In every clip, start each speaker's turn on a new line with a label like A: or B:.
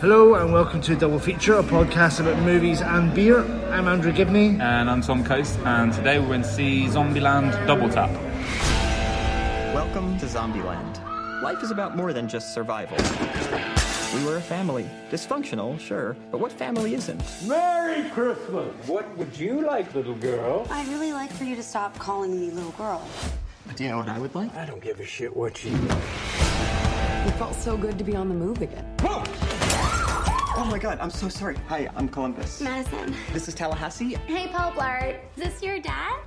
A: Hello and welcome to Double Feature, a podcast about movies and beer. I'm Andrew Gibney.
B: And I'm Tom Coast, and today we're going to see Zombieland Double Tap.
C: Welcome to Zombieland. Life is about more than just survival. We were a family. Dysfunctional, sure, but what family isn't?
D: Merry Christmas! What would you like, little girl?
E: I'd really like for you to stop calling me little girl.
C: Do you know what I would like?
D: I don't give a shit what you.
F: It felt so good to be on the move again.
C: Whoa! Oh my god, I'm so sorry. Hi, I'm Columbus.
E: Madison.
C: This is Tallahassee.
E: Hey, Paul Blart. Is this your dad?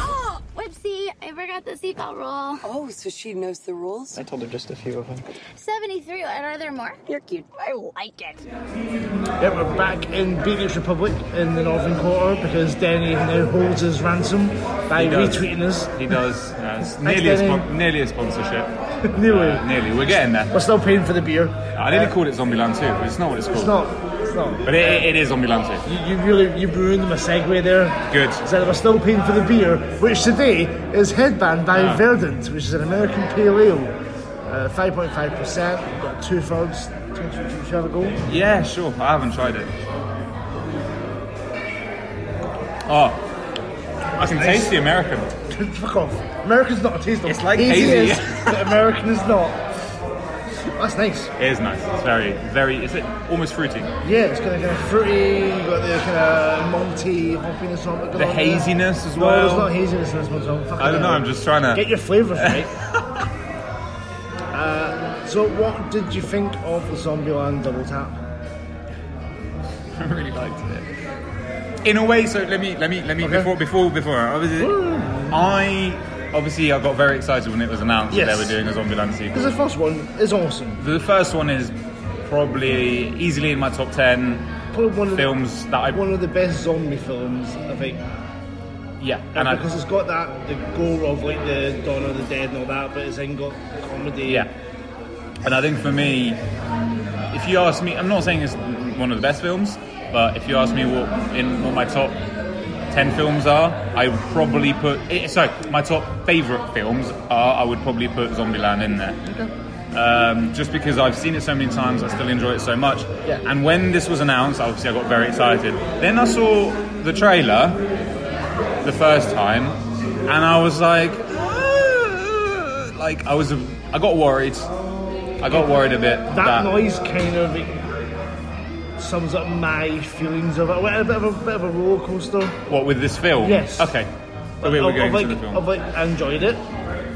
E: Oh, whoopsie. I forgot the seatbelt rule.
F: Oh, so she knows the rules?
C: I told her just a few of them.
E: 73. And are there more? You're cute. I like it.
A: Yeah, we're back in Beatles Republic in the Northern Quarter because Denny now holds his ransom by
B: He does.
A: retweeting us.
B: He does. Uh, it's nearly, a
A: Denny.
B: spon- nearly a sponsorship.
A: Anyway,
B: Uh, nearly. We're getting there.
A: we're still paying for the beer. Uh,
B: I nearly called it Zombieland 2, but it's not what it's called.
A: It's not. It's not.
B: But it, it is Zombieland
A: You, you really you ruined my segue there.
B: 2. Good.
A: Said we're still paying for the beer, which today is Headband by
B: Ah.
A: Verdant, which is an American pale ale. Uh, 5.5%, got two thirds, two shall go.
B: Yeah, sure. I haven't tried it. Oh, I can taste the American.
A: Fuck off. American's not a taste of
B: It's like
A: Hazy
B: hazy.
A: is, but American is not. That's nice.
B: It is nice. It's very, very. Is it almost fruity?
A: Yeah, it's kind of, kind of fruity, you've got the kind of malty hoppiness on it.
B: The haziness as
A: No, there's
B: well.
A: not haziness in this one, Tom. Fuck
B: I don't
A: it.
B: know. I'm just trying to.
A: Get your flavours right. uh, so, what did you think of the Zombieland double tap?
B: I really liked it. In a way, so let me let me let me
A: Okay.
B: before before before I was- I obviously I got very excited when it was announced
A: Yes.
B: that they were doing a Zombieland sequel.
A: Because the first one is awesome.
B: The first one is probably easily in my top ten
A: Probably one of
B: films that I
A: the, one of the best zombie films I think.
B: yeah and
A: And
B: I,
A: because it's got that the gore of like the Dawn of the Dead and all that, but it's then got comedy.
B: yeah and I think for me, if you ask me, I'm not saying it's one of the best films, but if you ask me what in what my top ten films are, I would probably put eh, sorry my top favorite films are I would probably put Zombieland in there. um, just because I've seen it so many times, I still enjoy it so much.
A: Yeah.
B: And when this was announced, obviously I got very excited. Then I saw the trailer the first time, and I was like, "Ah," like I was, a, I got worried. I got worried a bit.
A: That, noise kind of sums up my feelings of it. Well, A bit of a bit of a roller coaster.
B: What with this film?
A: Yes.
B: Okay. So we- we're
A: Of-
B: going
A: of
B: to
A: like,
B: the film.
A: of like, I enjoyed it.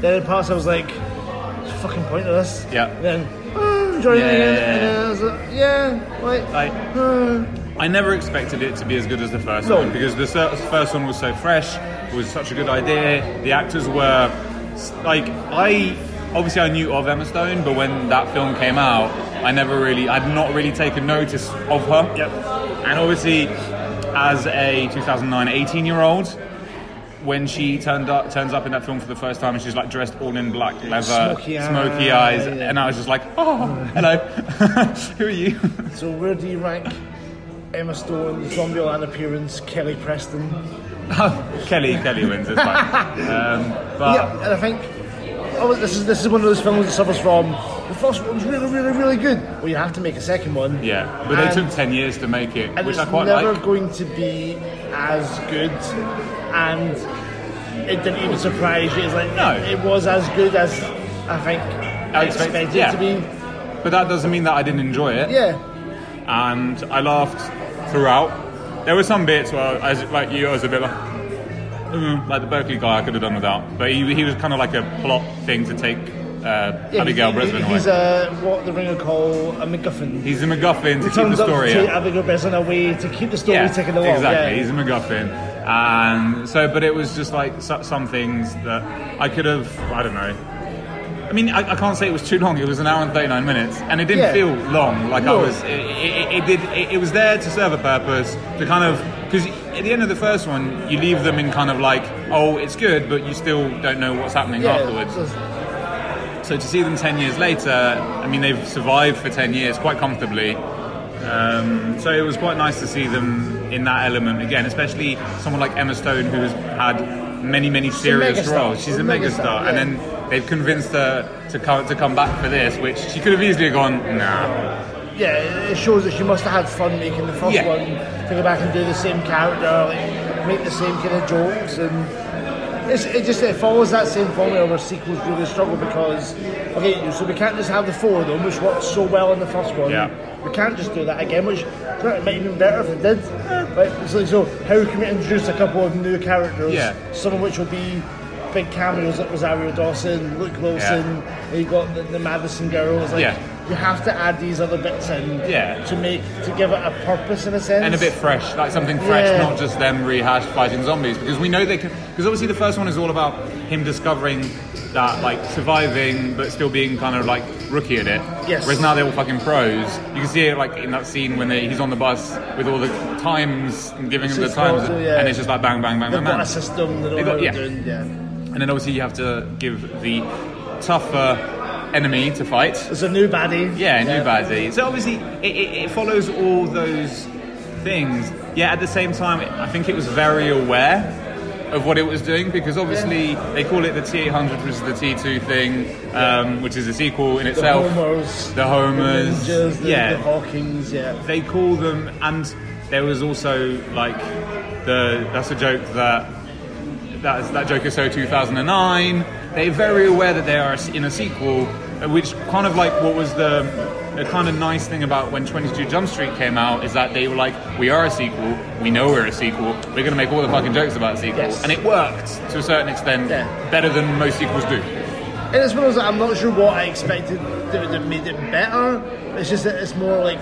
A: Then in parts I was like, "What's the fucking point of this?"
B: Yeah.
A: Then oh, enjoying it
B: Yeah.
A: again, and then I was like, "Yeah, like."
B: Like-
A: uh,
B: I never expected it to be as good as the first
A: No.
B: one because the ser- first one was so fresh. It was such a good idea. The actors were s- like I obviously I knew of Emma Stone, but when that film came out, I never really I'd not really taken notice of her.
A: Yep.
B: And obviously, as a 2009 18 year old, when she turned up turns up in that film for the first time, and she's like dressed all in black leather,
A: Smoky eye,
B: smoky eyes,
A: yeah.
B: and I was just like, oh, hello, who are you?
A: so where do you rank Emma Stone, Zombieland appearance, Kelly Preston? Oh.
B: Kelly, Kelly wins. It's fine. um, but
A: yeah, and I think oh, this is this is one of those films that suffers from the first one's really, really, really good. Well, you have to make a second one.
B: yeah, but they
A: And-
B: took ten years to make it,
A: and
B: which
A: it's
B: I quite
A: never
B: like.
A: going to be as good. And it didn't even surprise you. It's like
B: No.
A: it, it was as good as I think I
B: expect-
A: expected
B: yeah.
A: it to be.
B: But that doesn't mean that I didn't enjoy it.
A: Yeah,
B: And I laughed throughout. There were some bits where, as like you, I was a bit like, "Mm," like the Berkeley guy, I could have done without. But he, he was kind of like a plot thing to take uh,
A: yeah.
B: Abigail
A: he-
B: Breslin away.
A: He's a what the ringer call a MacGuffin.
B: He's a MacGuffin to keep the
A: turns
B: story
A: up
B: up.
A: to Abigail Breslin away to keep the story ticking along.
B: Exactly,
A: Yeah.
B: he's a MacGuffin. And so, but it was just like so, some things that I could have, I don't know. I mean, I, I can't say it was too long. It was an hour and 39 minutes, and it didn't
A: Yeah.
B: feel long. Like
A: No.
B: I was, it, it, it did, it, it was there to serve a purpose, to kind of, because at the end of the first one, you leave them in kind of like, oh, it's good, but you still don't know what's happening
A: Yeah,
B: afterwards.
A: so-
B: So to see them 10 years later, I mean, they've survived for 10 years quite comfortably. Um, so it was quite nice to see them in that element again, especially someone like Emma Stone, who has had many, many serious
A: megastar.
B: roles. She's
A: She's
B: a
A: a megastar,
B: megastar.
A: yeah.
B: And then They've convinced her to come to come back for this, which she could have easily gone. Nah,
A: Yeah, it- it shows that she must have had fun making the first
B: Yeah.
A: one to go back and do the same character, like, make the same kind of jokes, and it's, it just it follows that same formula where sequels really struggle because okay, so we can't just have the four of them, which worked so well in the first one.
B: Yeah.
A: We can't just do that again, which it might even better if it did. But it's like, so how can we introduce a couple of new characters?
B: Yeah.
A: Some of which will be big cameos like Rosario Dawson, Luke Wilson. You got the, the Madison girls. Like,
B: Yeah.
A: You have to add these other bits in
B: Yeah.
A: to make to give it a purpose in a sense.
B: and a bit fresh, like something fresh,
A: Yeah.
B: not just them rehashed fighting zombies. Because we know they can. Because obviously the first one is all about him discovering that like surviving, but still being kind of like rookie at it.
A: Yes.
B: Whereas now they're all fucking pros. You can see it like in that scene when they, he's on the bus with all the times and giving him the
A: It's
B: times,
A: also, yeah.
B: and it's just like bang, bang, bang,
A: They've
B: bang,
A: got
B: bang.
A: a system. They know
B: They've got-
A: what
B: yeah.
A: they're doing. Yeah.
B: And then obviously you have to give the tougher enemy to fight.
A: There's a new baddie.
B: Yeah, new baddie. So obviously, it, it, it follows all those things. Yeah, at the same time, I think it was very aware of what it was doing because obviously they call it the T800, which is the T2 thing, um, which is a sequel in
A: The
B: itself.
A: homers.
B: The homers.
A: The ninjas. The,
B: yeah
A: the Hawkins. Yeah.
B: they call them and there was also like the that's a joke that that, is, that joke is so 2009 they're very aware that they are in a sequel uh, which kind of like what was the the kind of nice thing about when 22 Jump Street came out is that they were like we are a sequel we know we're a sequel we're going to make all the fucking jokes about sequels
A: Yes.
B: and it worked to a certain extent
A: Yeah.
B: better than most sequels do
A: And it's one of those that I'm not sure what I expected that would have made it better. It's just that it's more like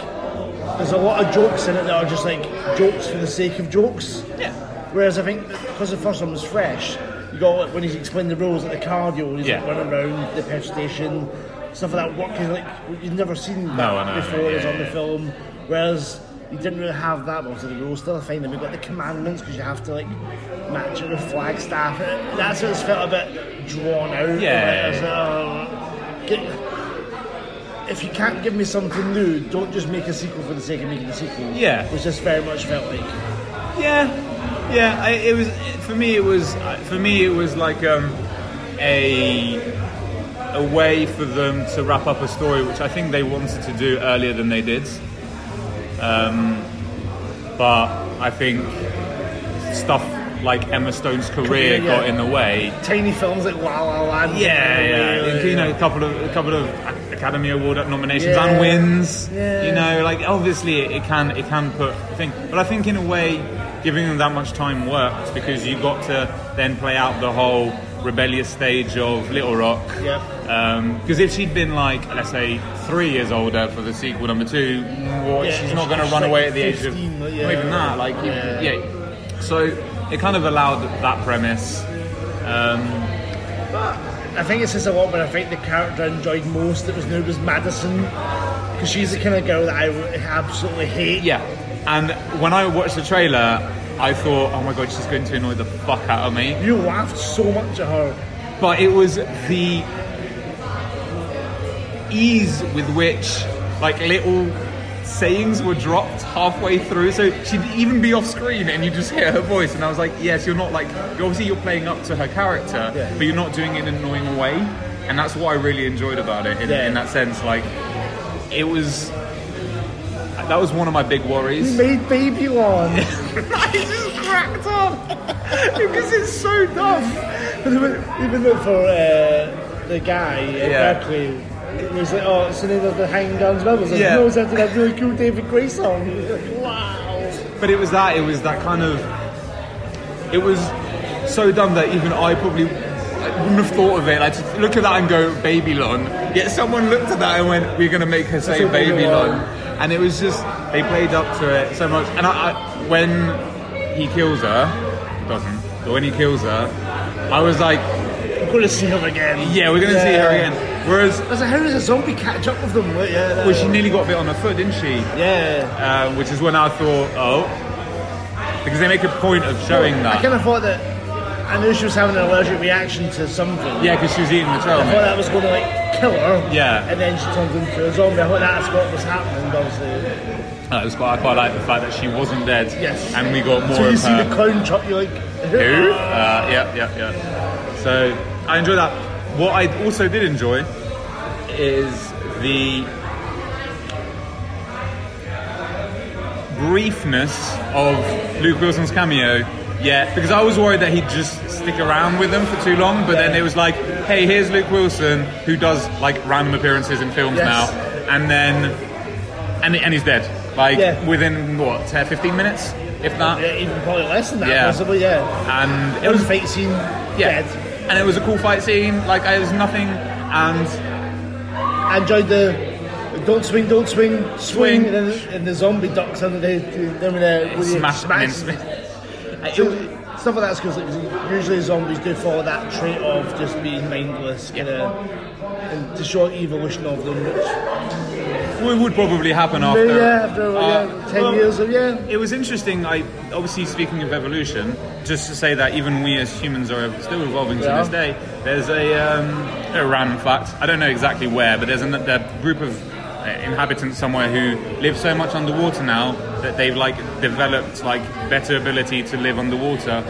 A: there's a lot of jokes in it that are just like jokes for the sake of jokes.
B: Yeah.
A: Whereas I think because the first one was fresh, you got like, when he's explained the rules at the cardio, he's
B: Yeah.
A: like running around the petrol station, stuff like that. Work is like you've never seen that
B: No, I know,
A: before. it was
B: yeah,
A: on the
B: yeah.
A: film. Whereas you didn't really have that. But obviously the rules still a thing. Then we got the commandments because you have to like match it with Flagstaff. That's what it's felt a bit drawn out.
B: Yeah.
A: Like, it's, uh, get- if you can't give me something new, don't just make a sequel for the sake of making a sequel.
B: Yeah.
A: Which just very much felt like.
B: Yeah, yeah. I, it was for me. It was for me. It was like um, a a way for them to wrap up a story, which I think they wanted to do earlier than they did. Um, but I think stuff like Emma Stone's career
A: Career, yeah.
B: got in the way.
A: tiny films like La La Land.
B: Yeah, yeah.
A: Really,
B: you know, a couple of a couple of Academy Award nominations
A: Yeah.
B: and wins.
A: Yeah.
B: You know, like obviously it, it can it can put a thing, but I think in a way giving them that much time worked because you got to then play out the whole rebellious stage of Little Rock.
A: Yep.
B: Because if she'd been like, let's say, three years older for the sequel number two, well,
A: Yeah,
B: she's
A: if
B: not going to
A: she's
B: run
A: like
B: away at the age of
A: 15,
B: not
A: yeah.
B: even that. Like, you-
A: Yeah.
B: yeah. So it kind of allowed that premise.
A: I think it's just a lot, but I think the character I enjoyed most that was new was Madison. Because she's the kind of girl that I would absolutely hate.
B: Yeah, and when I watched the trailer, I thought, oh my god, she's going to annoy the fuck out of me.
A: You laughed so much at her.
B: But it was the ease with which, like, little sayings were dropped halfway through. So she'd even be off screen and you just hear her voice. And I was like, yes, you're not like, obviously you're playing up to her character,
A: Yeah.
B: but you're not doing it in an annoying way. And that's what I really enjoyed about it in,
A: Yeah.
B: in that sense. Like, it was. That was one of my big worries.
A: You made baby lawn.
B: I just cracked up because it's so dumb.
A: But even, even though for uh, the guy at
B: Yeah.
A: Berkeley, it was like, oh, it's the name of the Hanging Guns Rebels. And
B: Yeah.
A: he knows how to that really cool David Gray song. Like, wow.
B: But it was that. It was that kind of. It was so dumb that even I probably wouldn't have thought of it. Like to look at that and go baby lon. Yet someone looked at that and went, "We're going to make her say
A: Say Baby
B: baby
A: Lon."
B: lon." And it was just they played up to it so much. And I, I when he kills her, he doesn't. But when he kills her, I was like,
A: I'm going to see him again.
B: "Yeah, we're going to see her again." Whereas.
A: I was like, how does a zombie catch up with them? Like, yeah, that-
B: Well, she nearly got bit on her foot, didn't she?
A: yeah.
B: uh, which is when I thought, oh, because they make a point of showing
A: I
B: that.
A: kind of thought that I knew she was having an allergic reaction to something.
B: yeah, because she was eating the trail
A: I thought
B: mix.
A: that was going to like kill her.
B: Yeah.
A: And then she turns into a zombie. I thought that's what was happening, obviously.
B: Uh, it was quite, I quite like the fact that she wasn't dead.
A: Yes.
B: And we got more
A: so you
B: of
A: see
B: her.
A: the clown chop, you're like,
B: Who? Uh, yeah, yeah, yeah. So I enjoy that. What I also did enjoy is the briefness of Luke Wilson's cameo. Yeah, because I was worried that he'd just stick around with them for too long, but then it was like, hey, here's Luke Wilson, who does like random appearances in films
A: Yes.
B: now, and then and and he's dead. Like
A: Yeah.
B: within what 10, 15 minutes, if that.
A: Yeah, even probably less than that,
B: Yeah.
A: possibly. Yeah,
B: And it
A: one
B: was
A: fight scene.
B: yeah,
A: Dead.
B: and it was a cool fight scene. Like I was nothing, and
A: I enjoyed the don't swing, don't swing, swing,
B: Swing.
A: and, then, and the zombie ducks under the, the, the, the
B: smash,
A: smash.
B: It
A: So,
B: was-
A: stuff like that's because like, usually zombies do follow that trait of just being mindless, kind of, and to show evolution of them. Which,
B: It would probably happen after.
A: yeah, after like,
B: uh,
A: yeah, ten
B: well,
A: years of yeah.
B: It was interesting. I obviously speaking of evolution, just to say that even we as humans are still evolving
A: Yeah.
B: to this day. There's a, um, a random fact. I don't know exactly where, but there's an, a group of uh, inhabitants somewhere who live so much underwater now that they've like developed like better ability to live underwater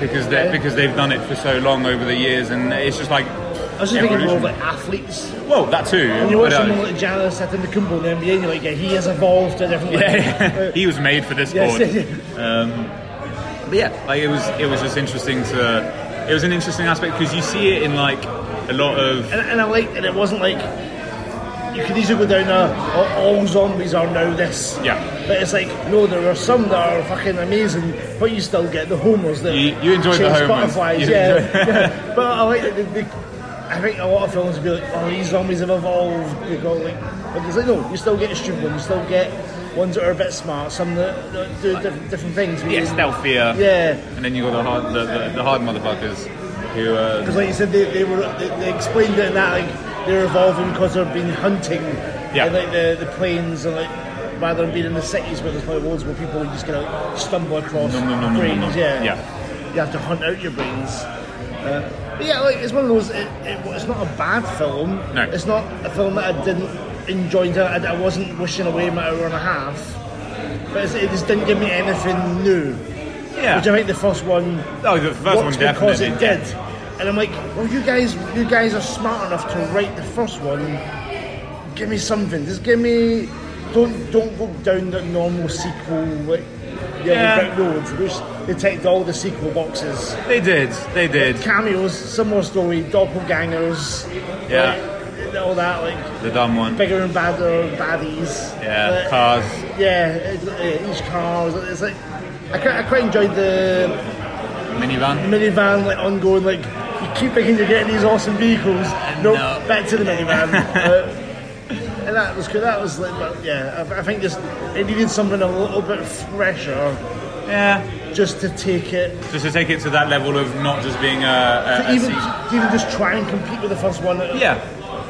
B: because they
A: Okay.
B: because they've done it for so long over the years, and it's just like.
A: I was just thinking more
B: evolution.
A: of like athletes.
B: Well, that too.
A: When you watch
B: but, uh,
A: someone like Giannis Antetokounmpo in the NBA, and you're like, yeah, he has evolved to a different level.
B: yeah, he was made for this
A: Yes,
B: sport. But yeah, like it was it was just interesting to it was an interesting aspect because you see it in like a lot of
A: and, and I liked that it wasn't like you could easily go down a "Oh, all zombies are now this.
B: Yeah.
A: But it's like no, there are some that are fucking amazing, but you still get the homers that
B: You- you enjoyed the
A: chase
B: homers.
A: butterflies.
B: You
A: yeah,
B: enjoyed-
A: yeah. But I like that the, the, I think a lot of films would be like, oh, these zombies have evolved. They got like, but it's like no, you still get stupid ones, you still get ones that are a bit smart, some that, that do different, different things.
B: yeah stealthier.
A: Yeah.
B: And then you got the hard the, the, the hard motherfuckers who uh,
A: Because, like you said, they, they were they, they explained it in that like they're evolving because they've been hunting,
B: Yeah.
A: in, like the, the plains and like rather than being in the cities where there's probably loads more people, you just gonna like, stumble across
B: Nom, nom, nom, nom,
A: brains.
B: nom, nom.
A: Yeah.
B: Yeah.
A: you have to hunt out your brains. Uh, but yeah, like it's one of those. It, it, it's not a bad film.
B: No.
A: it's not a film that I didn't enjoy. that I, I wasn't wishing away my hour and a half. But it's, it just didn't give me anything new. Which I
B: yeah.
A: think the first one
B: Oh, the first one
A: worked because
B: definitely.
A: it did. And I'm like, well, you guys, you guys are smart enough to write the first one. Give me something. Just give me. Don't don't go down the normal sequel like Yellow
B: Yeah.
A: Brick Road, which they ticked all the sequel boxes.
B: They did. They did.
A: Cameos, similar story, doppelgangers.
B: Yeah.
A: like, all that like
B: The dumb one.
A: bigger and badder baddies.
B: Yeah.
A: Like,
B: Cars.
A: Yeah, it- it- each car. was- It's like I quite, I quite enjoyed the
B: Minivan.
A: minivan like ongoing like you keep thinking you're getting these awesome vehicles nope,
B: no.
A: back to the minivan uh, and that was good that was like but yeah I, I think just it needed something a little bit fresher
B: Yeah.
A: just to take it
B: Just to take it to that level of not just being a, a,
A: to
B: a
A: even
B: sequel.
A: to even just try and compete with the first one
B: Yeah.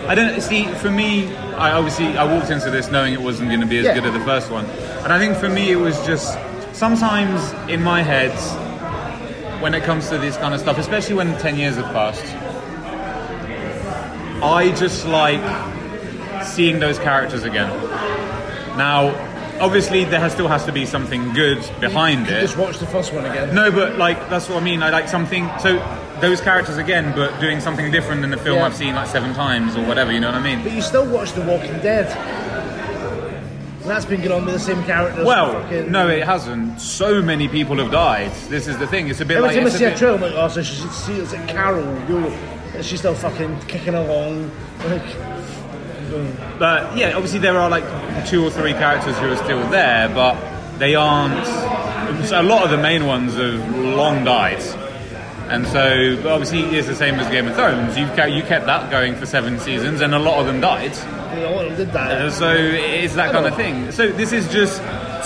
B: I don't see for me I obviously I walked into this knowing it wasn't going to be as
A: Yeah.
B: good as the first one. And I think for me it was just sometimes in my head when it comes to this kind of stuff, especially when 10 years have passed, I just like seeing those characters again. Now, obviously there has, still has to be something good behind it.
A: just watch the first one again
B: No, but like that's what I mean. I like something. So those characters again, but doing something different than the film
A: Yeah.
B: I've seen like seven times or whatever. You know what I mean?
A: but you still watch The Walking Dead and that's been going on with the same characters
B: Well,
A: fucking-
B: no, it hasn't. So many people have died. This is the thing. It's a bit
A: Every
B: like
A: time I
B: it's a
A: see a
B: bit-
A: trailer, I'm like, oh, so she should see it's like Carol. You're, and she's still fucking kicking along. Like,
B: but yeah, obviously there are like two or three characters who are still there, but they aren't. A lot of the main ones have long died, and so but obviously it's the same as Game of Thrones. You kept, you kept that going for seven seasons, and a lot of them died.
A: you know, what did that?
B: Uh, So it's that kind of thing. So this is just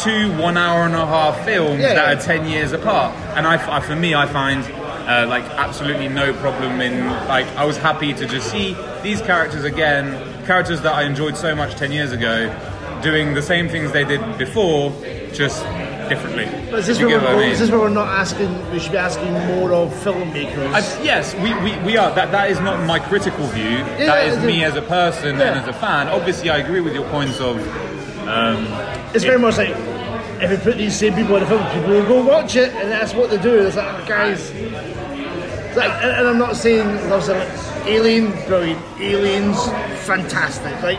B: two one hour and a half films
A: Yeah, yeah.
B: that are ten years apart, and I, I- for me, I find uh, like absolutely no problem in like I was happy to just see these characters again, characters that I enjoyed so much ten years ago, doing the same things they did before, just differently.
A: But is this,
B: You
A: where
B: get
A: we're,
B: what I mean?
A: is this where we're not asking? We should be asking more of filmmakers.
B: I, yes, we, we, we are. That, that is not my critical view. that
A: yeah,
B: is
A: yeah.
B: me as a person
A: Yeah.
B: and as a fan. Obviously, I agree with your points of
A: it's very much like if we put these same people in a film, people will go watch it, and that's what they do. It's like, guys, it's like, and, and I'm not saying obviously, like, Alien, brilliant. Aliens, fantastic. Like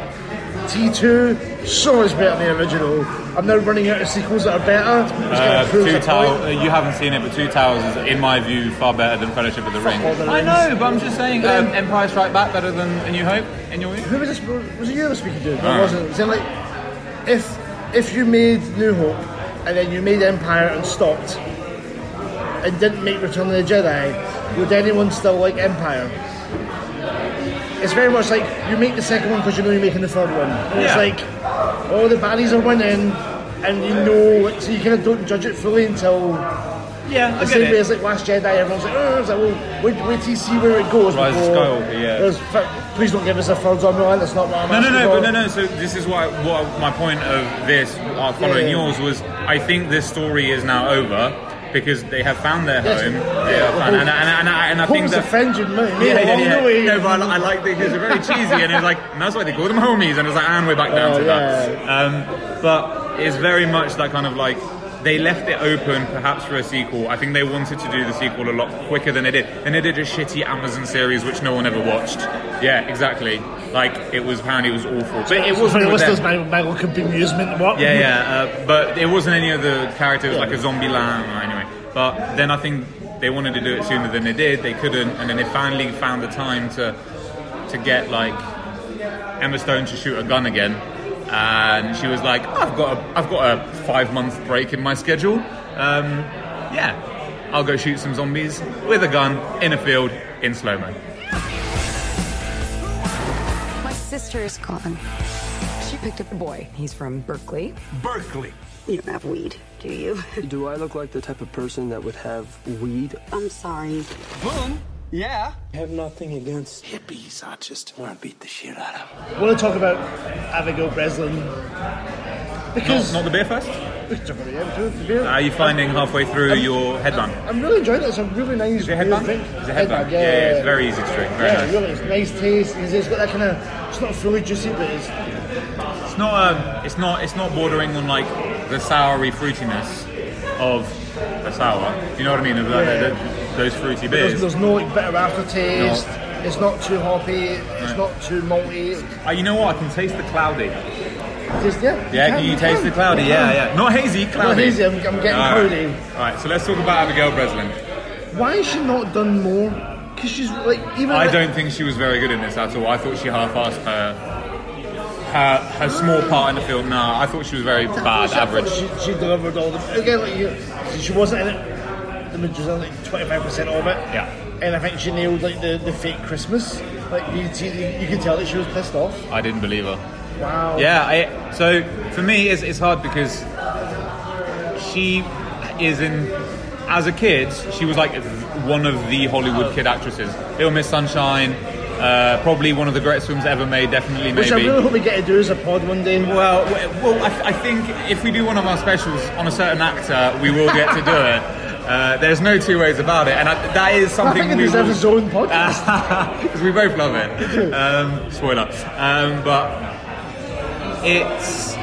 A: T2, so much better than the original. I'm now running out of sequels that are better. Which kind
B: Uh,
A: of proves
B: two
A: a
B: towers.
A: point.
B: you haven't seen it, but Two Towers is, in my view, far better than Fellowship of the Ring.
A: Fuck all the
B: I
A: rings.
B: know, but I'm just saying, um, Empire Strike Back better than A New Hope. In your view?
A: Who was this? Was it you that was speaking to? No,
B: Ah.
A: it wasn't. It was in, like, if if you made New Hope and then you made Empire and stopped and didn't make Return of the Jedi, would anyone still like Empire? It's very much like you make the second one because you know you're making the third one. And It's
B: Yeah.
A: like all the baddies are winning, and you know, like, so you kind of don't judge it fully until
B: Yeah,
A: the same way as like Last Jedi, everyone's like, oh, it's like, well, wait, wait till you see where it goes.
B: Rise of
A: before-
B: Skywalker, yeah.
A: There's- fa- Please don't give us a third on Milan, that's not what I'm
B: No, no,
A: asking
B: no,
A: for.
B: but no, no. So this is why what my point of this, uh, following
A: Yeah.
B: yours, was I think this story is now over because they have found their
A: Yes.
B: home. They
A: Yeah.
B: have found, and, and, and, I- and I think
A: Home's
B: that.
A: offended me.
B: Yeah, yeah,
A: along
B: yeah.
A: the way.
B: No, but I, I like the because they're very cheesy, and it's like and that's why they call them homies, and it's like, and we're back down
A: Oh,
B: to that.
A: yeah.
B: Um, but it's very much that kind of like they left it open, perhaps for a sequel. I think they wanted to do the sequel a lot quicker than they did, and they did a shitty Amazon series which no one ever watched. Yeah, exactly. Like it was apparently it was awful, but it
A: For
B: wasn't.
A: the
B: with
A: listeners,
B: them.
A: my, my look could be amusement. What?
B: Yeah, yeah, uh, but it wasn't any of the characters like a zombie lamb or anyway. But then I think they wanted to do it sooner than they did. They couldn't, and then they finally found the time to to get like Emma Stone to shoot a gun again. And she was like, "I've got a, I've got a five month break in my schedule. Um, yeah, I'll go shoot some zombies with a gun in a field in slow mo."
F: My sister is gone. She picked up a boy. He's from Berkeley.
G: Berkeley.
H: You don't have weed, do you?
I: Do I look like the type of person that would have weed?
H: I'm sorry.
C: Boom! Yeah!
I: I have nothing against
G: Hippies, I just want to beat the shit out of them.
A: I want to talk about Abigail Breslin.
B: Not,
A: Because.
B: not the beer first.
A: we can talk about it, yeah, we can talk about it.
B: Are you finding halfway through your headband?
A: I'm really enjoying it. It's a really nice
B: Is it a
A: weird
B: headband?
A: drink.
B: Is it a headband? Yeah, yeah, it's very easy to drink. Very
A: yeah,
B: nice.
A: really, it's nice taste. It's, it's got that kind of. It's not fully juicy, but it's
B: It's not. Um, it's not. It's not bordering on like the soury fruitiness of a sour. You know what I mean? Of, like,
A: Yeah.
B: the- those fruity
A: there's,
B: beers.
A: there's no like bitter aftertaste. It's not too hoppy. It's not too malty.
B: Uh, you know what? I can taste the cloudy.
A: Just yeah.
B: Yeah,
A: can,
B: you taste
A: can.
B: the cloudy. Yeah, yeah. Not hazy, cloudy.
A: hazy, I'm- I'm getting
B: All right.
A: cloudy.
B: All right. So let's talk about Abigail Breslin.
A: Why has she not done more? Because she's like even.
B: I
A: like-
B: don't think she was very good in this at all. I thought she half-assed her her, her small part in the film. Nah, I thought she was very bad,
A: She-
B: average.
A: She, she delivered all the again. Like you, she wasn't in it. The majority, like twenty five percent of it.
B: Yeah.
A: And I think she nailed like the, the fake Christmas. Like you, see- you can tell that she was pissed off.
B: I didn't believe her.
A: Wow.
B: Yeah, I, so for me, it's, it's hard because she is in. As a kid, she was like one of the Hollywood kid actresses. Little Miss Sunshine, uh, probably one of the greatest films ever made. Definitely,
A: Which
B: maybe.
A: I really hope we get to do as a pod one day.
B: Well, w- well, I, I think if we do one of our specials on a certain actor, we will get to do it. Uh, there's no two ways about it, and I, that is something
A: I think it
B: we Uh,
A: deserves
B: will-
A: its own podcast.
B: because we both love it. Um, spoiler, um, but it's.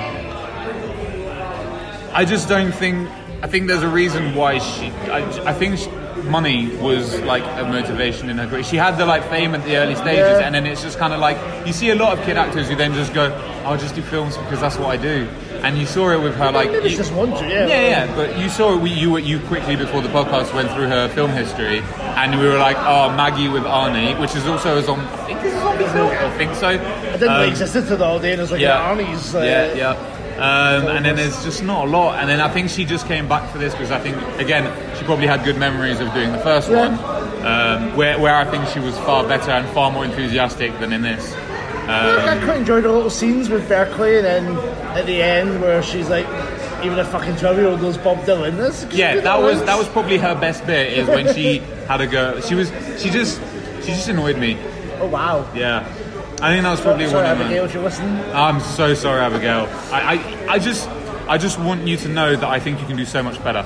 B: I just don't think. I think there's a reason why she. I, I think she, money was like a motivation in her career. She had the like fame at the early stages,
A: Yeah.
B: and then it's just kind of like you see a lot of kid actors who then just go, "I'll just do films because that's what I do." And you saw it with her, like
A: Maybe
B: you-
A: she just want to. Yeah.
B: yeah, yeah, but you saw we, you you quickly before the podcast went through her film history, and we were like, oh, Maggie with Arnie, which is also a zombie. I think it's a zombie film. I think so.
A: I didn't know
B: Um,
A: it existed to the all day, and it was like
B: yeah,
A: Arnie's. Uh,
B: yeah, yeah. Um, and then there's just not a lot. And then I think she just came back for this because I think again she probably had good memories of doing the first
A: Yeah.
B: one, um, where where I think she was far better and far more enthusiastic than in this.
A: I
B: Um,
A: quite enjoyed her little scenes with Berkeley, and then at the end where she's like, even a fucking twelve-year-old knows Bob Dylan. That's
B: Yeah, that was that was probably her best bit is when she had a go. She was she just she just annoyed me.
A: Oh wow.
B: Yeah, I think that was probably
A: Sorry,
B: one of
A: Abigail,
B: them.
A: if you listen.
B: I'm so sorry, Abigail. I, I, I just I just want you to know that I think you can do so much better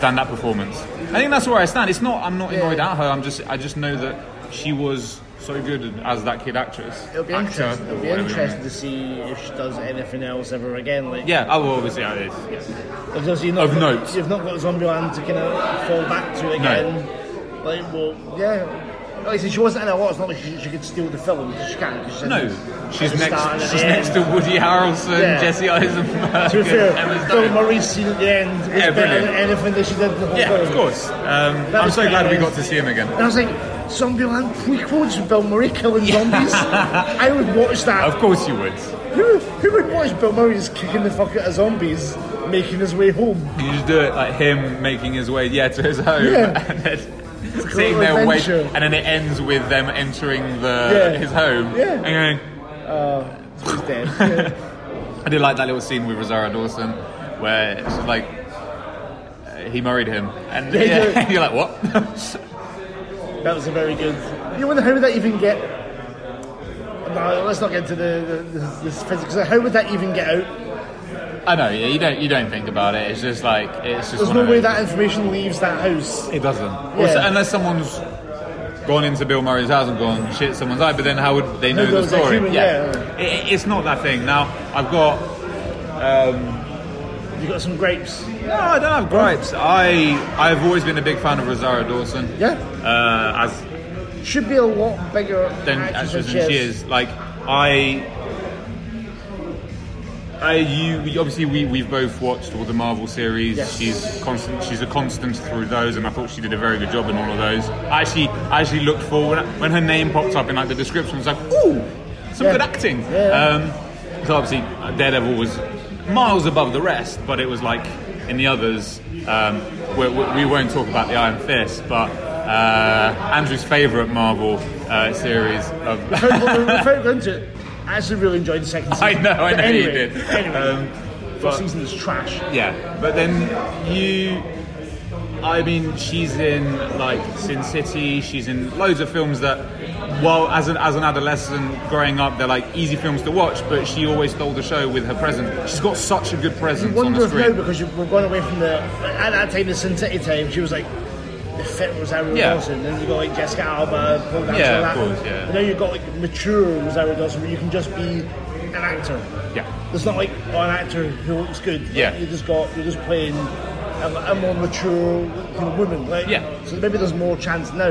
B: than that performance. I think that's where I stand. It's not I'm not annoyed at her. I'm just I just know that she was so good as that kid actress.
A: It'll be
B: actor,
A: interesting. It'll be
B: whatever you
A: interesting
B: want.
A: to see if she does anything else ever again. Like,
B: Yeah, I will obviously. I, yes.
A: because you've not
B: Of
A: got,
B: note.
A: You've not got Zombieland to kind of fall back to again. Like, well, yeah. Like I said, she wasn't in a lot. It's not like she, she could steal the film. 'cause She can't. 'cause she's in
B: No,
A: at
B: she's
A: the start and
B: next.
A: at
B: She's
A: the
B: next to
A: end.
B: Woody Harrelson,
A: Yeah.
B: Jesse Eisenberg,
A: To be
B: Emma
A: fair,
B: Stone.
A: Bill Murray's scene at the end was
B: Yeah,
A: better
B: brilliant.
A: than anything that she did in the whole
B: Yeah,
A: film.
B: of course. Um,
A: That
B: I'm
A: was
B: so glad we
A: brilliant.
B: got to see him again.
A: And I was like, Zombieland prequels with Bill Murray killing zombies. I would watch that.
B: Of course you would.
A: Who, who would watch Bill Murray just kicking the fuck out of zombies, making his way home?
B: You just do it like him making his way, yeah, to his home,
A: Yeah.
B: and
A: a
B: then sitting
A: little
B: there waiting,
A: adventure.
B: and then it ends with them entering the
A: Yeah.
B: his home.
A: Yeah.
B: And going,
A: He's dead. Yeah.
B: I did like that little scene with Rosario Dawson where it's just like uh, he married him, and
A: Yeah,
B: yeah,
A: yeah.
B: you're like, what?
A: That was a very good. You wonder how would that even get? No, let's not get into the, the, the this physics. How would that even get out?
B: I know, yeah, you don't you don't think about it. It's just like it's just.
A: There's
B: one
A: no
B: of
A: way
B: those-
A: that information leaves that house.
B: It doesn't. Also,
A: Yeah.
B: unless someone's gone into Bill Murray's house and gone, shit, someone's died, but then how would they know
A: there
B: the
A: was a
B: story?
A: human,
B: It- it- it's not that thing. Now, I've got.
A: You got some grapes.
B: No, I don't have gripes. I, I've always been a big fan of Rosario Dawson.
A: Yeah,
B: Uh, as
A: should be a lot bigger
B: then
A: actress
B: actress
A: than
B: and she is. Like I, I Uh, you we- obviously we we've both watched all the Marvel series.
A: Yes.
B: She's constant. She's a constant through those, and I thought she did a very good job in all of those. I actually I actually looked forward when her name popped up in like the description. I was like, ooh, some
A: Yeah.
B: good acting.
A: Yeah.
B: Um, so obviously Daredevil was miles above the rest, but it was like in the others. Um, we, we we won't talk about the Iron Fist, but uh, Andrew's favourite Marvel uh, series of
A: Without going into it, I actually really enjoyed the second season.
B: I know, I
A: But
B: know
A: anyway,
B: you did.
A: Anyway,
B: Um,
A: first
B: but-
A: season is trash.
B: yeah, but then you. I mean, she's in like Sin City. She's in loads of films that, while as an as an adolescent growing up, they're like easy films to watch. But she always stole the show with her presence. She's got such a good presence on
A: Wonder
B: the
A: if now
B: screen.
A: because you were going away from the at that time the Sin City time, she was like the fit Rosario
B: Yeah.
A: Dawson. Then you got like Jessica Alba, Paul Dance, all
B: Yeah, of
A: that.
B: course, yeah.
A: But now you've got like mature Rosario Dawson, where you can just be an actor.
B: Yeah.
A: It's not like oh, an actor who looks good. Like,
B: Yeah.
A: you just got you're just playing a, a more mature you know, woman. Like,
B: Yeah.
A: So maybe there's more chance now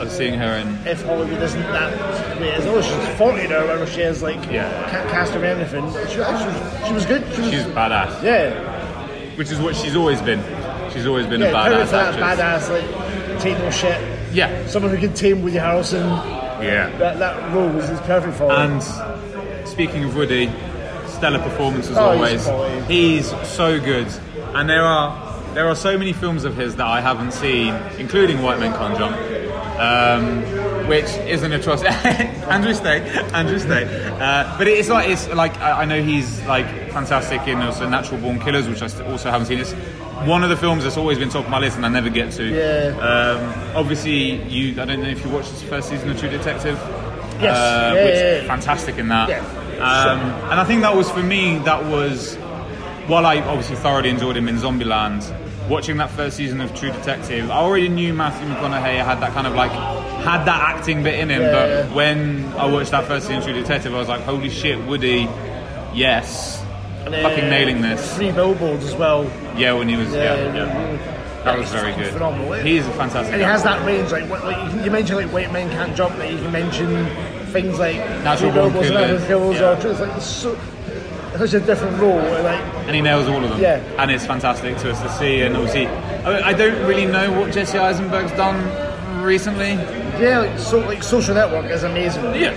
B: Of seeing her in.
A: if Hollywood isn't that way as oh she's 40 now whether she is like
B: Yeah.
A: can't cast her in anything she, was, she was good she was
B: She's badass,
A: yeah
B: which is what she's always been. She's always been a
A: Yeah,
B: badass
A: perfect for
B: actress.
A: that badass, like, take no shit.
B: Yeah,
A: Someone who can tame Woody Harrelson,
B: yeah.
A: that, that role is, is perfect for him.
B: And speaking of Woody, stellar performance as
A: Oh,
B: always.
A: he's quality.
B: He's so good, and there are there are so many films of his that I haven't seen, including White Men Can't Jump, um, which is an atrocity. Andrew Stay, Andrew Stay. Uh, but it's like it's like I, I know he's like fantastic in also Natural Born Killers, which I st- also haven't seen. It's one of the films that's always been top of my list, and I never get to.
A: Yeah.
B: Um, obviously, you. I don't know if you watched the first season of True Detective.
A: Yes,
B: Uh,
A: yeah,
B: which
A: yeah, yeah.
B: fantastic in that.
A: Yeah.
B: Um, and I think that was for me. That was while I obviously thoroughly enjoyed him in Zombieland. Watching that first season of True Detective, I already knew Matthew McConaughey had that kind of like had that acting bit in him.
A: Yeah,
B: but
A: yeah.
B: when I watched that first season of True Detective, I was like, "Holy shit, Woody! Yes,
A: And, uh,
B: fucking nailing this!"
A: Three billboards as well.
B: Yeah, when he was yeah, yeah, that was
A: He's
B: very
A: fucking
B: good.
A: Phenomenal. eh?
B: He is a fantastic.
A: and he has
B: actor.
A: that range, like, what, like you, can- you mentioned, like, white men can't jump, but you can mention things like
B: Natural
A: Three
B: Born
A: Billboards and
B: Killers,
A: Urban Killers,
B: yeah.
A: or it's like it's so, such a different role. And, like,
B: and he nails all of them.
A: Yeah.
B: And it's fantastic to us to see. And obviously, I I don't really know what Jesse Eisenberg's done recently.
A: yeah, like, so, like social network is amazing.
B: Yeah.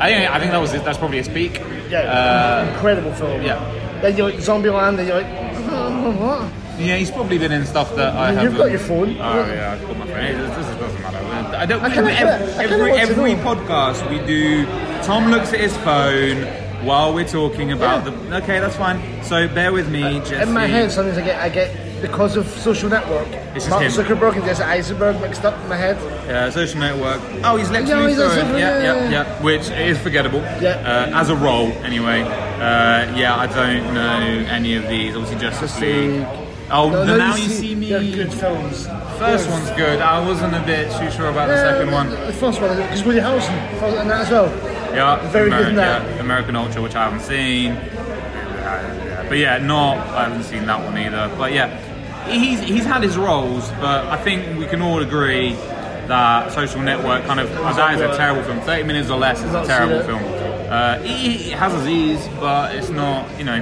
B: I think, I think that was his, that's probably his peak.
A: Yeah,
B: Uh,
A: incredible film.
B: yeah.
A: Then you like Zombieland, and you're like, what?
B: yeah, he's probably been in stuff that I
A: You've
B: haven't.
A: got your phone.
B: Oh yeah, I've got my phone. Hey, This, this doesn't matter. I don't.
A: I kinda-
B: every
A: I kinda
B: every,
A: want to
B: every
A: know.
B: podcast we do, Tom looks at his phone while we're talking about the. Okay, that's fine. So bear with me, Jesse.
A: Uh, In my head, sometimes I get, I get because of social network.
B: It's just
A: Mark
B: him.
A: Zuckerberg and Jesse Eisenberg mixed up in my head.
B: Uh, social network. Oh, he's Lex
A: Yeah,
B: Luthor.
A: he's Lex Luthor,
B: yeah,
A: yeah, yeah.
B: yeah, yeah. Which is forgettable.
A: Yeah.
B: Uh, as a role, anyway. Uh, yeah, I don't know any of these. Obviously, Justice League. Oh,
A: No,
B: the
A: no,
B: Now You See, Me.
A: They're good films. Yes.
B: First one's good. I wasn't a bit too sure about the
A: Yeah,
B: second one.
A: The first one, because Woody Harrelson falls in that as well.
B: Yeah,
A: Very good in that.
B: yeah, American Ultra, which I haven't seen. Uh, But yeah, not. I haven't seen that one either. But yeah, he's he's had his roles, but I think we can all agree that Social Network kind of because that is a terrible film. Thirty minutes or less is a
A: Not seen
B: terrible
A: it.
B: film. Uh, he, he has his ease, but it's not you know.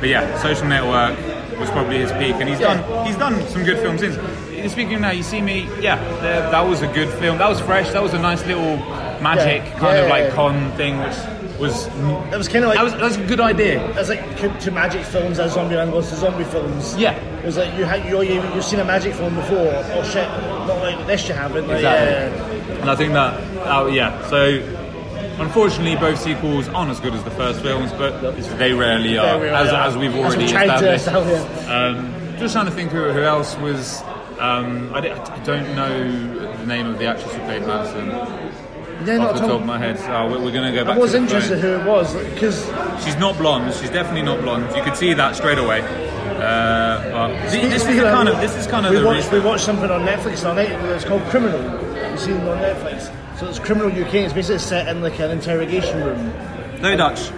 B: But yeah, Social Network was probably his peak, and he's
A: Yeah.
B: done he's done some good films since. You- Speaking now, you see me. Yeah, there- that was a good film. That was fresh. That was a nice little magic
A: Yeah.
B: kind of
A: Yeah,
B: like
A: yeah, yeah.
B: con thing, which was
A: It was kind of like
B: that was that was a good idea.
A: It's like co- to magic films as zombie land goes to zombie films.
B: Yeah.
A: It was like you had you you you've seen a magic film before. Oh shit, not like this you haven't. Like,
B: Exactly.
A: yeah.
B: And I think that, uh, yeah. So, unfortunately, both sequels aren't as good as the first films, but it's- they rarely
A: There
B: are,
A: we are,
B: as,
A: yeah.
B: as we've already
A: we tried to
B: established.
A: establish.
B: Um, just trying to think who, who else was. Um, I, di- I don't know the name of the actress who played Madison
A: Yeah, not
B: off
A: at
B: the top
A: all.
B: of my head. So we're, we're going to go back.
A: I was
B: to the phone.
A: interested who it was because
B: She's not blonde. She's definitely not blonde. You could see that straight away. Uh, but thi- this is the kind of this is kind of
A: we
B: the
A: watched,
B: reason-
A: we watched something on Netflix the other night. It's called Criminal. We've seen it on Netflix. So it's Criminal UK. It's basically set in like an interrogation room.
B: Zoe Dutch.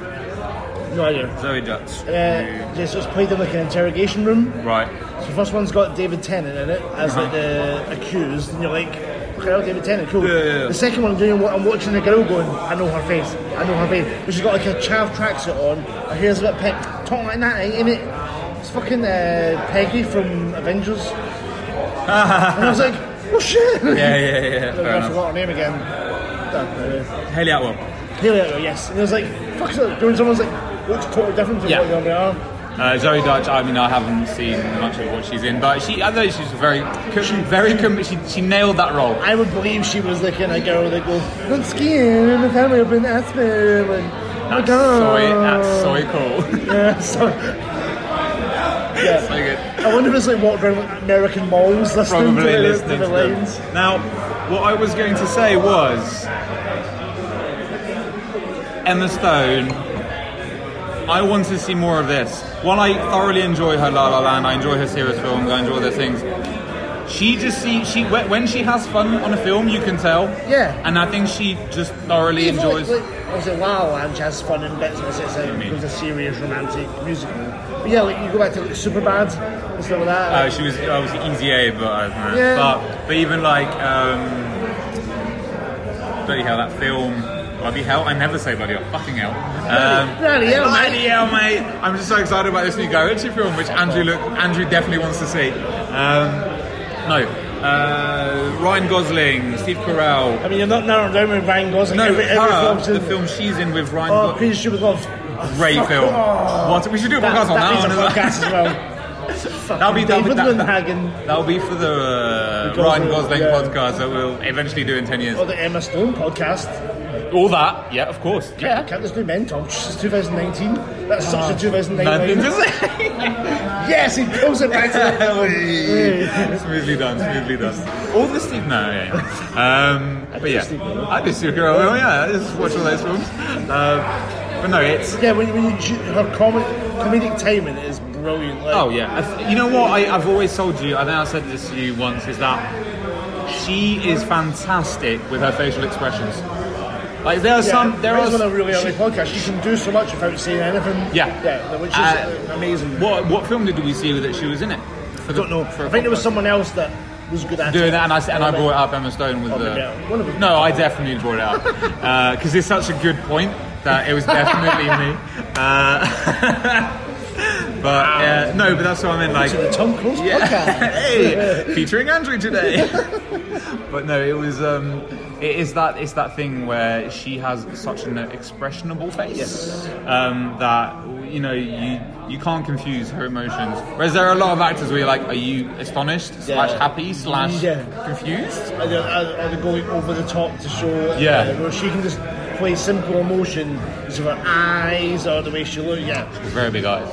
A: No idea.
B: Zoe Dutch.
A: Uh, yeah, so it's played in like an interrogation room.
B: right.
A: So the first one's got David Tennant in it as
B: Uh-huh.
A: like the accused, and you're like, okay, oh, David Tennant, cool.
B: Yeah, yeah, yeah.
A: The second one, I'm doing what I'm watching the girl going, I know her face, I know her face. But she's got like a chav tracksuit on, her hair's a bit pink, talking like that, ain't it? It's fucking uh, Peggy from Avengers. and I was like, oh shit!
B: Yeah, yeah, yeah. yeah. Fair
A: I
B: enough.
A: forgot her name again. Uh,
B: Haley Atwell.
A: Here we go, yes. And it was like, fuck, so doing someone's like, looks totally different to
B: Yeah.
A: what you normally are.
B: Uh, Zoe Dutch. I mean, I haven't seen much of what she's in, but she, I know she's very, com- very, com- she, she nailed that role.
A: I would believe she was like in a girl that goes, I'm skiing and the family up in Aspen. And,
B: That's so, that's so cool.
A: Yeah, so,
B: so good.
A: I wonder if it's like walking around like, American malls listening
B: Probably
A: to, the-
B: listening
A: to
B: to
A: the
B: them.
A: lines.
B: Now, what I was going to say was Emma Stone. I want to see more of this. While I thoroughly enjoy her La La Land, I enjoy her serious films, I enjoy those things. She just see she when when she has fun on a film, you can tell.
A: Yeah.
B: and I think she just thoroughly
A: Even, like-
B: enjoys.
A: Like, obviously, La La Land has fun in bits because it's a, it was a serious romantic musical. But yeah, like you go back to like, Superbad and stuff like that.
B: Uh, she was obviously easy A, but I don't know.
A: Yeah.
B: But, but even like, um, bloody hell, that film, bloody hell, I never say bloody hell, fucking hell. Um,
A: Bloody hell, mate.
B: bloody hell, mate. I'm just so excited about this new Guy Ritchie film, which Andrew look, Andrew definitely wants to see. Um, no, uh, Ryan Gosling, Steve Carell.
A: I mean, you're not narrowing down with Ryan Gosling.
B: No,
A: every, every
B: her,
A: film's in
B: the
A: there.
B: film she's in with Ryan.
A: Oh,
B: Go-
A: Queen Stupid Love.
B: great
A: Fuck
B: film.
A: off.
B: What we should do a
A: That,
B: podcast on that
A: that
B: one
A: needs
B: as
A: a
B: well.
A: podcast as well.
B: That'll be, that'll, be,
A: David
B: that,
A: Lindhagen.
B: that'll be for the, uh,
A: The
B: Ryan
A: Gosling,
B: Gosling
A: yeah.
B: podcast that we'll eventually do in 10 years.
A: Or the Emma Stone podcast.
B: All that, yeah, of course. Yeah.
A: Can't just do men, Tom. It's 2019. That's
B: Ah.
A: such a 2019.
B: Nothing to
A: line.
B: say.
A: yes, he pulls it back to the film.
B: smoothly done, smoothly done. All the Steve. No, yeah. yeah. Um, but yeah,
A: Steve
B: I do Steve Carell. Oh yeah, I just watch all those films. Uh, but no, it's
A: yeah, when, when you ju- her comic, comedic timing is brilliant. Like,
B: Oh yeah, I th- you know what? I, I've always told you. I think I said this to you once. Is that she is fantastic with her facial expressions. Like there
A: yeah,
B: are some, there are
A: on a
B: some,
A: really early
B: she-
A: podcast. She can do so much without saying anything.
B: Yeah.
A: yeah, which is
B: Uh,
A: uh, amazing.
B: What what film did we see that she was in it? For
A: I don't know.
B: for a
A: I think there was
B: podcast.
A: someone else that was good at
B: doing
A: it.
B: that, and I, and I
A: Yeah,
B: brought up Emma Stone with
A: Oh,
B: the.
A: maybe I- one of us-
B: No, I definitely brought it up because it's such a good point that it was definitely me. Uh, but uh, no, but that's what I meant. Like
A: To the Tom Cruise podcast.
B: hey, featuring Andrew today. but no, it was. Um, it is that. It's that thing where she has such an expressionable face um, that you know you you can't confuse her emotions. Whereas there are a lot of actors where you're like, are you astonished slash happy slash
A: Yeah.
B: confused?
A: And they're, and they're going over the top to show. uh,
B: Yeah.
A: where she can just play simple emotion, so her eyes or the way she looks. Yeah.
B: Very big eyes.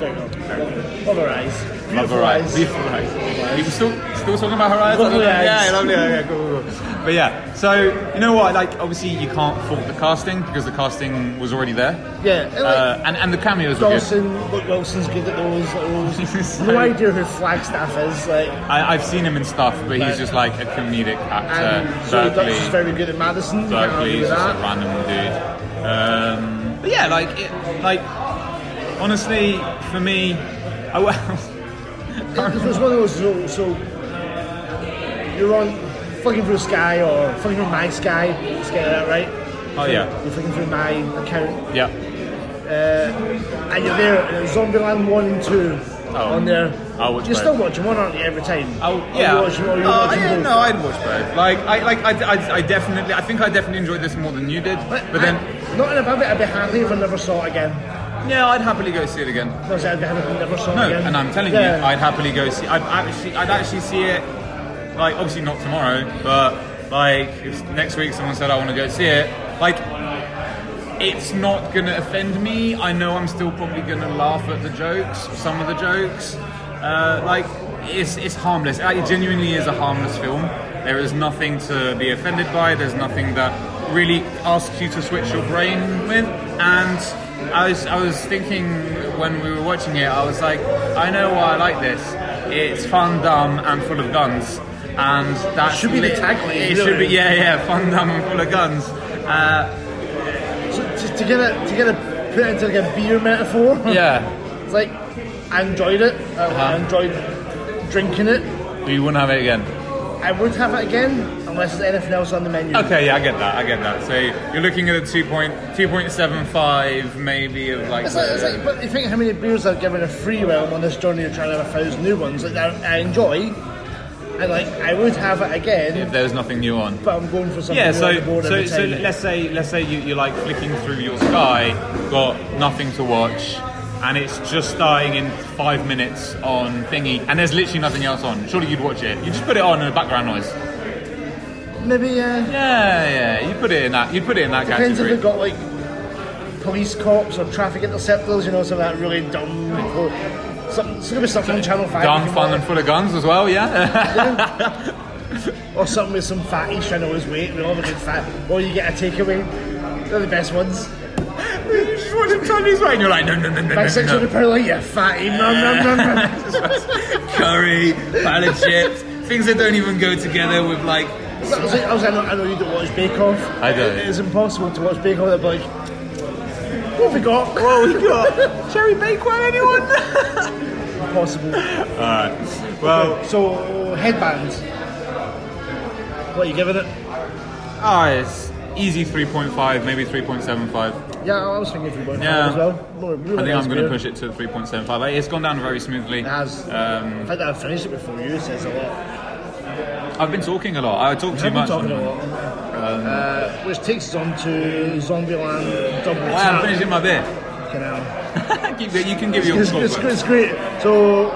A: There you go. Love her eyes. Beautiful
B: Love her eyes.
A: eyes.
B: Beautiful eyes. You were still still talking about her eyes.
A: Lovely eyes.
B: Yeah, lovely. eyes. Yeah, cool, cool, cool. But yeah, so you know what? Like, obviously, you can't fault the casting because the casting was already there.
A: Yeah, and like,
B: Uh, and, and the cameos were good.
A: Dawson, Luke Wilson's good at those. at those.
B: So-
A: no idea who Flagstaff is. Like,
B: I, I've seen him in stuff, but he's
A: Right.
B: just like a comedic
A: and
B: actor.
A: Zoe Dutch is
B: Berkeley,
A: very good at Madison. Can't argue
B: Berkeley is
A: with
B: just a
A: that.
B: random dude. Um, but yeah, like, it, like honestly, for me, I well,
A: It's one of those. So, so you're on. flicking through Sky or flicking through my Sky. Let's get that right.
B: Oh, yeah.
A: You're flicking through my account,
B: Yeah.
A: and you're there. And it's Zombieland one and two
B: Oh.
A: on there.
B: I'll watch
A: you're
B: both.
A: still watching one, aren't you? Every time.
B: Oh
A: Or
B: yeah.
A: You watch, or you
B: Oh,
A: watch
B: yeah,
A: both?
B: no, I'd watch both. Like, I, like, I, I, I definitely, I think I definitely enjoyed this more than you did. But,
A: I-
B: then,
A: not in a bit. I'd be happy if I never saw it again.
B: yeah, I'd happily go see it again.
A: No, I'd be happy if I never saw
B: No,
A: it again.
B: and I'm telling
A: Yeah.
B: you, I'd happily go see. I'd actually, I'd actually see it. Like, obviously not tomorrow, but like if next week someone said I want to go see it, like. It's not gonna offend me. I know I'm still probably gonna laugh at the jokes, some of the jokes. Uh, like, it's it's harmless. It genuinely is a harmless film. There is nothing to be offended by. There's nothing that really asks you to switch your brain with. And I was I was thinking when we were watching it, I was like, I know why I like this. It's fun, dumb, and full of guns. And that
A: Should be the tagline,
B: It should be
A: really.
B: yeah, yeah, fun, dumb, and full of guns. Uh,
A: To- to, to get it, to get it put into like a beer metaphor.
B: yeah.
A: It's like I enjoyed it. I, I
B: Uh-huh.
A: enjoyed drinking it.
B: You wouldn't have it again.
A: I would have it again unless there's anything else on the menu.
B: Okay, yeah, I get that. I get that. So you're looking at a 2.2.75 maybe of like.
A: It's like, it's like, but you think how many beers I've given a free realm on this journey of trying to have a thousand new ones like that I enjoy, and like I would have it again,
B: if there was nothing new on.
A: but I'm going for something
B: Yeah,
A: more on
B: so
A: the board
B: so,
A: every
B: so
A: time.
B: let's say let's say you, you're like flicking through your sky, got nothing to watch, and it's just starting in five minutes on thingy, and there's literally nothing else on. Surely you'd watch it. You just put it on in the background noise.
A: Maybe uh,
B: Yeah, yeah. You put it in that. You put it in that
A: depends if
B: category.
A: they've got like police cops or traffic interceptors, you know, some of that really dumb. Or, something, it's gonna be something on Channel Five. you
B: Dumb,
A: can
B: fun,
A: watch.
B: and full of guns as well. Yeah.
A: or something with some fatty trying to lose weight. We love a good fat. Or you get a takeaway. They're the best ones.
B: you just watch it Chinese way, and you're like, no, no, no, no, no,
A: Like six
B: no.
A: hundred pound, like yeah, fatty. Nom, nom, nom, nom.
B: curry, pallet chips, things that don't even go together with like.
A: I was like, I, was like, I, know, I know you don't watch Bake Off.
B: I don't.
A: It is impossible to watch Bake Off. without being like, what have we got? What have we
B: got? Cherry bakewell, anyone?
A: Impossible.
B: Alright. Well,
A: So headbands. What are you giving it?
B: ah, it's easy 3.5, maybe 3.75.
A: Yeah, I was thinking three point five
B: Yeah.
A: as well. More,
B: I
A: really
B: think I'm going
A: beer.
B: to push it to 3.75. It's gone down very smoothly.
A: It has.
B: Um,
A: In fact, I finished it before you says a lot.
B: I've been talking a lot. I talk
A: I've
B: too
A: been
B: much. Um,
A: talking a lot. uh, which takes us on to Zombieland Double
B: Why I'm
A: Tap.
B: finishing my beer.
A: Fucking hell.
B: Keep going, you can give your
A: It's, it's,
B: compliments.
A: it's great. So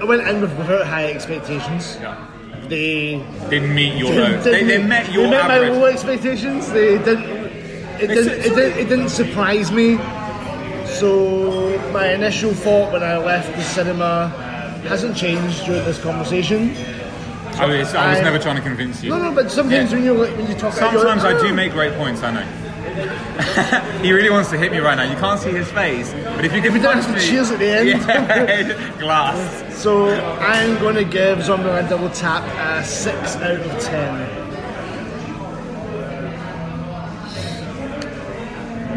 A: I went in with, without high expectations.
B: Yeah.
A: They
B: Didn't meet your
A: didn't-
B: low. They, they
A: didn't-
B: met your
A: they met
B: average.
A: my low expectations. They didn't. It
B: It's-
A: didn't, it, didn't, it didn't surprise me. So my initial thought when I left the cinema hasn't changed during this conversation.
B: I was, I was
A: I-
B: never trying to convince you.
A: No, no, but sometimes
B: Yeah.
A: when you like, when you talk, about it, you're
B: Sometimes
A: like,
B: I do
A: "Oh."
B: make great points, I know. he really wants to hit me right now. You can't see his face, but if you can
A: we don't
B: punch
A: have to
B: me-
A: cheers at the end.
B: Yeah, glass.
A: So I'm going to give Zombieland Double Tap a 6 out of 10.